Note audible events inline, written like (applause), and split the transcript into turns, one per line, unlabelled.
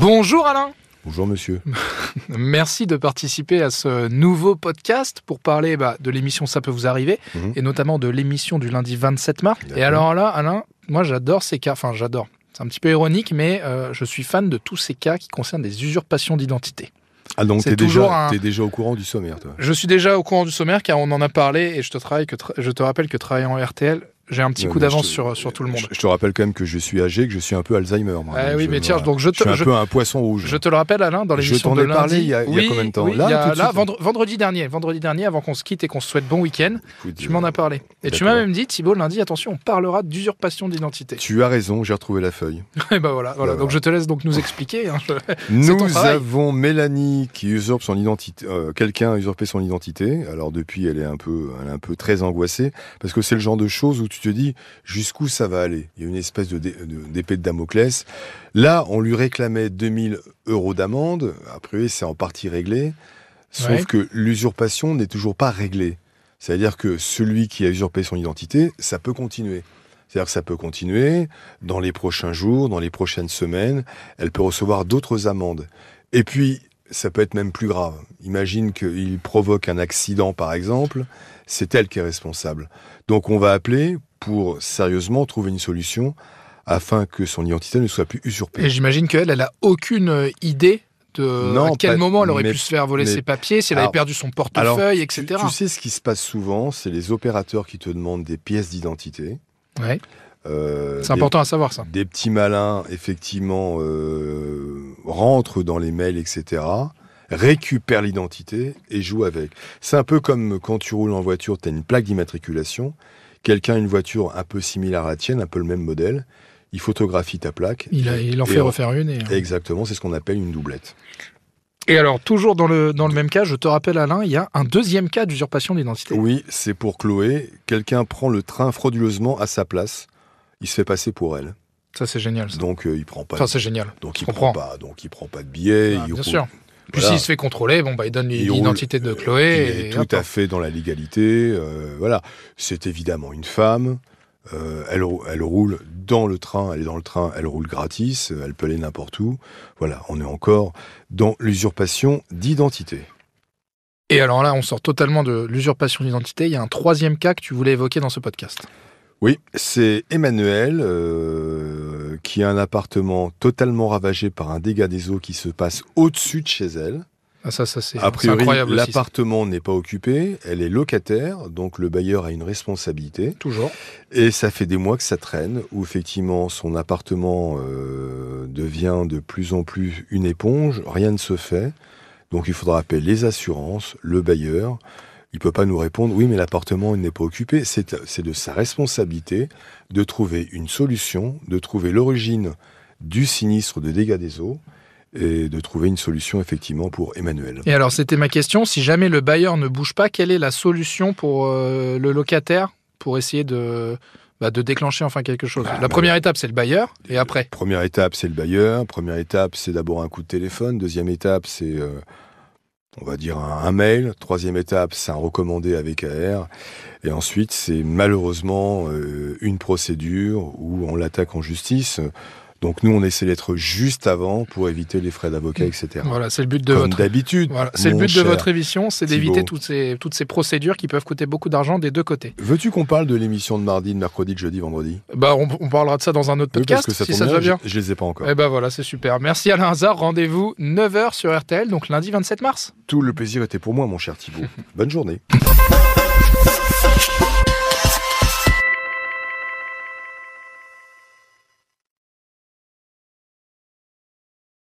Bonjour Alain
Bonjour monsieur.
Mm. Merci de participer à ce nouveau podcast pour parler bah, de l'émission Ça peut vous arriver
Mhm.
et notamment de l'émission du lundi 27 mars. Et
D'accord.
alors là, Alain, moi j'adore ces cas, enfin j'adore. C'est un petit peu ironique, mais euh, je suis fan de tous ces cas qui concernent des usurpations d'identité.
Ah donc
C'est
t'es
toujours
déjà,
un-
t'es déjà au courant du sommaire toi.
Je suis déjà au courant du sommaire car on en a parlé et je te, travaille que tra- je te rappelle que travaillant en RTL, j'ai un petit
Ouais,
coup
mais
d'avance
je te-
sur, sur tout le monde.
Je, je te rappelle quand même que je suis âgé, que je suis un peu Alzheimer. Moi,
Eh
Donc,
oui,
je-
mais tiens,
voilà.
donc je
je suis
te,
un
je-
peu un poisson rouge.
Je te le rappelle, Alain, dans
Je
l'émission
t'en
de
ai
lundi.
parlé il y a- il y a
Oui,
combien de temps
oui,
Là,
il y a-
tout de
là,
suite
vendre- vendredi dernier, vendredi dernier, avant qu'on se quitte et qu'on se souhaite bon week-end.
Écoute,
Tu
euh,
m'en as parlé. Et tu m'as
d'accord.
même dit, Thibault, lundi, attention, on parlera d'usurpation d'identité. (laughs)
Tu as raison, j'ai retrouvé la feuille.
et ben voilà, voilà.
Voilà.
Donc je te laisse donc nous expliquer. hein. Je- ton
Nous
travail.
avons Mélanie qui usurpe son identité. euh, Quelqu'un a usurpé son identité. Alors depuis, elle est un peu, elle est un peu très angoissée parce que c'est le genre de choses où tu te dis jusqu'où ça va aller. Il y a une espèce de dé- de- d'épée de, Damoclès. Là, on lui réclamait 2000 euros d'amende. Après, c'est en partie réglé. Sauf
Ouais.
que l'usurpation n'est toujours pas réglée. C'est-à-dire que celui qui a usurpé son identité, ça peut continuer. C'est-à-dire que ça peut continuer dans les prochains jours, dans les prochaines semaines. Elle peut recevoir d'autres amendes. Et puis, ça peut être même plus grave. Imagine qu'il provoque un accident, par exemple. C'est elle qui est responsable. Donc, on va appeler pour sérieusement trouver une solution afin que son identité ne soit plus usurpée.
Et j'imagine qu'elle, elle a aucune euh, idée de
Non,
à quel
pas-
moment elle aurait
mais-
pu se faire voler
mais-
ses papiers, si elle avait
Alors-
perdu son
alors,
portefeuille,
Tu,
etc.
tu sais ce qui se passe souvent, c'est les opérateurs qui te demandent des pièces d'identité.
Ouais.
Euh,
C'est
des-
important à savoir ça.
Des petits malins, effectivement, euh, rentrent dans les mails, etc., récupèrent l'identité et jouent avec. C'est un peu comme quand tu roules en voiture, tu as une plaque d'immatriculation, quelqu'un a une voiture un peu similaire à la tienne, un peu le même modèle, il photographie ta plaque.
Il, a- il en
Et
fait
on-
refaire une. Et... euh.
Exactement, c'est ce qu'on appelle une doublette.
et alors, toujours dans le, dans le même cas, je te rappelle, Alain, il y a un deuxième cas d'usurpation d'identité.
Oui, c'est pour Chloé, quelqu'un prend le train frauduleusement à sa place, il se fait passer pour elle.
Ça, c'est génial. ça.
Donc euh, il prend pas
Enfin, c'est génial.
donc
je
il prend
comprends.
pas donc il prend pas de billets,
Ah,
il
bien
roule-
sûr. Puis
Voilà.
s'il se fait contrôler, bon, bah, il donne
Il roule,
l'identité de Chloé.
Il
et
est tout
hop.
à fait dans la légalité. euh, voilà, c'est évidemment une femme. euh, elle, rou- elle roule dans le train, elle est dans le train, elle roule gratis, euh, elle peut aller n'importe où. Voilà, on est encore dans l'usurpation d'identité.
Et alors là, on sort totalement de l'usurpation d'identité. Il y a un troisième cas que tu voulais évoquer dans ce podcast.
Oui, c'est Emmanuel euh, qui a un appartement totalement ravagé par un dégât des eaux qui se passe au-dessus de chez elle.
Ah, ça, ça c'est
A
c'est
priori,
incroyable aussi. ça.
l'appartement n'est pas occupé, elle est locataire, donc le bailleur a une responsabilité.
Toujours.
Et ça fait des mois que ça traîne, où effectivement son appartement euh, devient de plus en plus une éponge, rien ne se fait. Donc il faudra appeler les assurances, le bailleur. Il peut pas nous répondre, oui mais l'appartement il n'est pas occupé. C'est c'est de sa responsabilité de trouver une solution, de trouver l'origine du sinistre de dégâts des eaux et de trouver une solution effectivement pour Emmanuel.
Et alors, c'était ma question. Si jamais le bailleur ne bouge pas, quelle est la solution pour euh, le locataire pour essayer de, bah, de déclencher enfin quelque chose La
bah,
première étape, c'est le bailleur. Et après
Première étape, c'est le bailleur. Première étape, c'est d'abord un coup de téléphone. Deuxième étape, c'est, euh, on va dire, un, un mail. Troisième étape, c'est un recommandé avec AR. Et ensuite, c'est malheureusement euh, une procédure où on l'attaque en justice. Donc nous, on essaie d'être juste avant pour éviter les frais d'avocat, etc.
Voilà, c'est le but Mmh. de
Comme
votre.
d'habitude.
Voilà, c'est le
mon
but
cher.
de votre émission, c'est d'éviter
Thibaut.
toutes ces, toutes ces procédures qui peuvent coûter beaucoup d'argent des deux côtés.
Veux-tu qu'on parle de l'émission de mardi, de mercredi, de jeudi, vendredi
Bah, on, on parlera de ça dans un autre
Oui,
podcast, si
tombe
ça te va bien.
Je, je les ai pas encore.
Eh ben voilà, c'est super. Merci Alain Hazard. Rendez-vous 9h sur RTL, donc lundi 27 mars. (laughs)
Tout le plaisir était pour moi, mon cher Thibault. Bonne journée.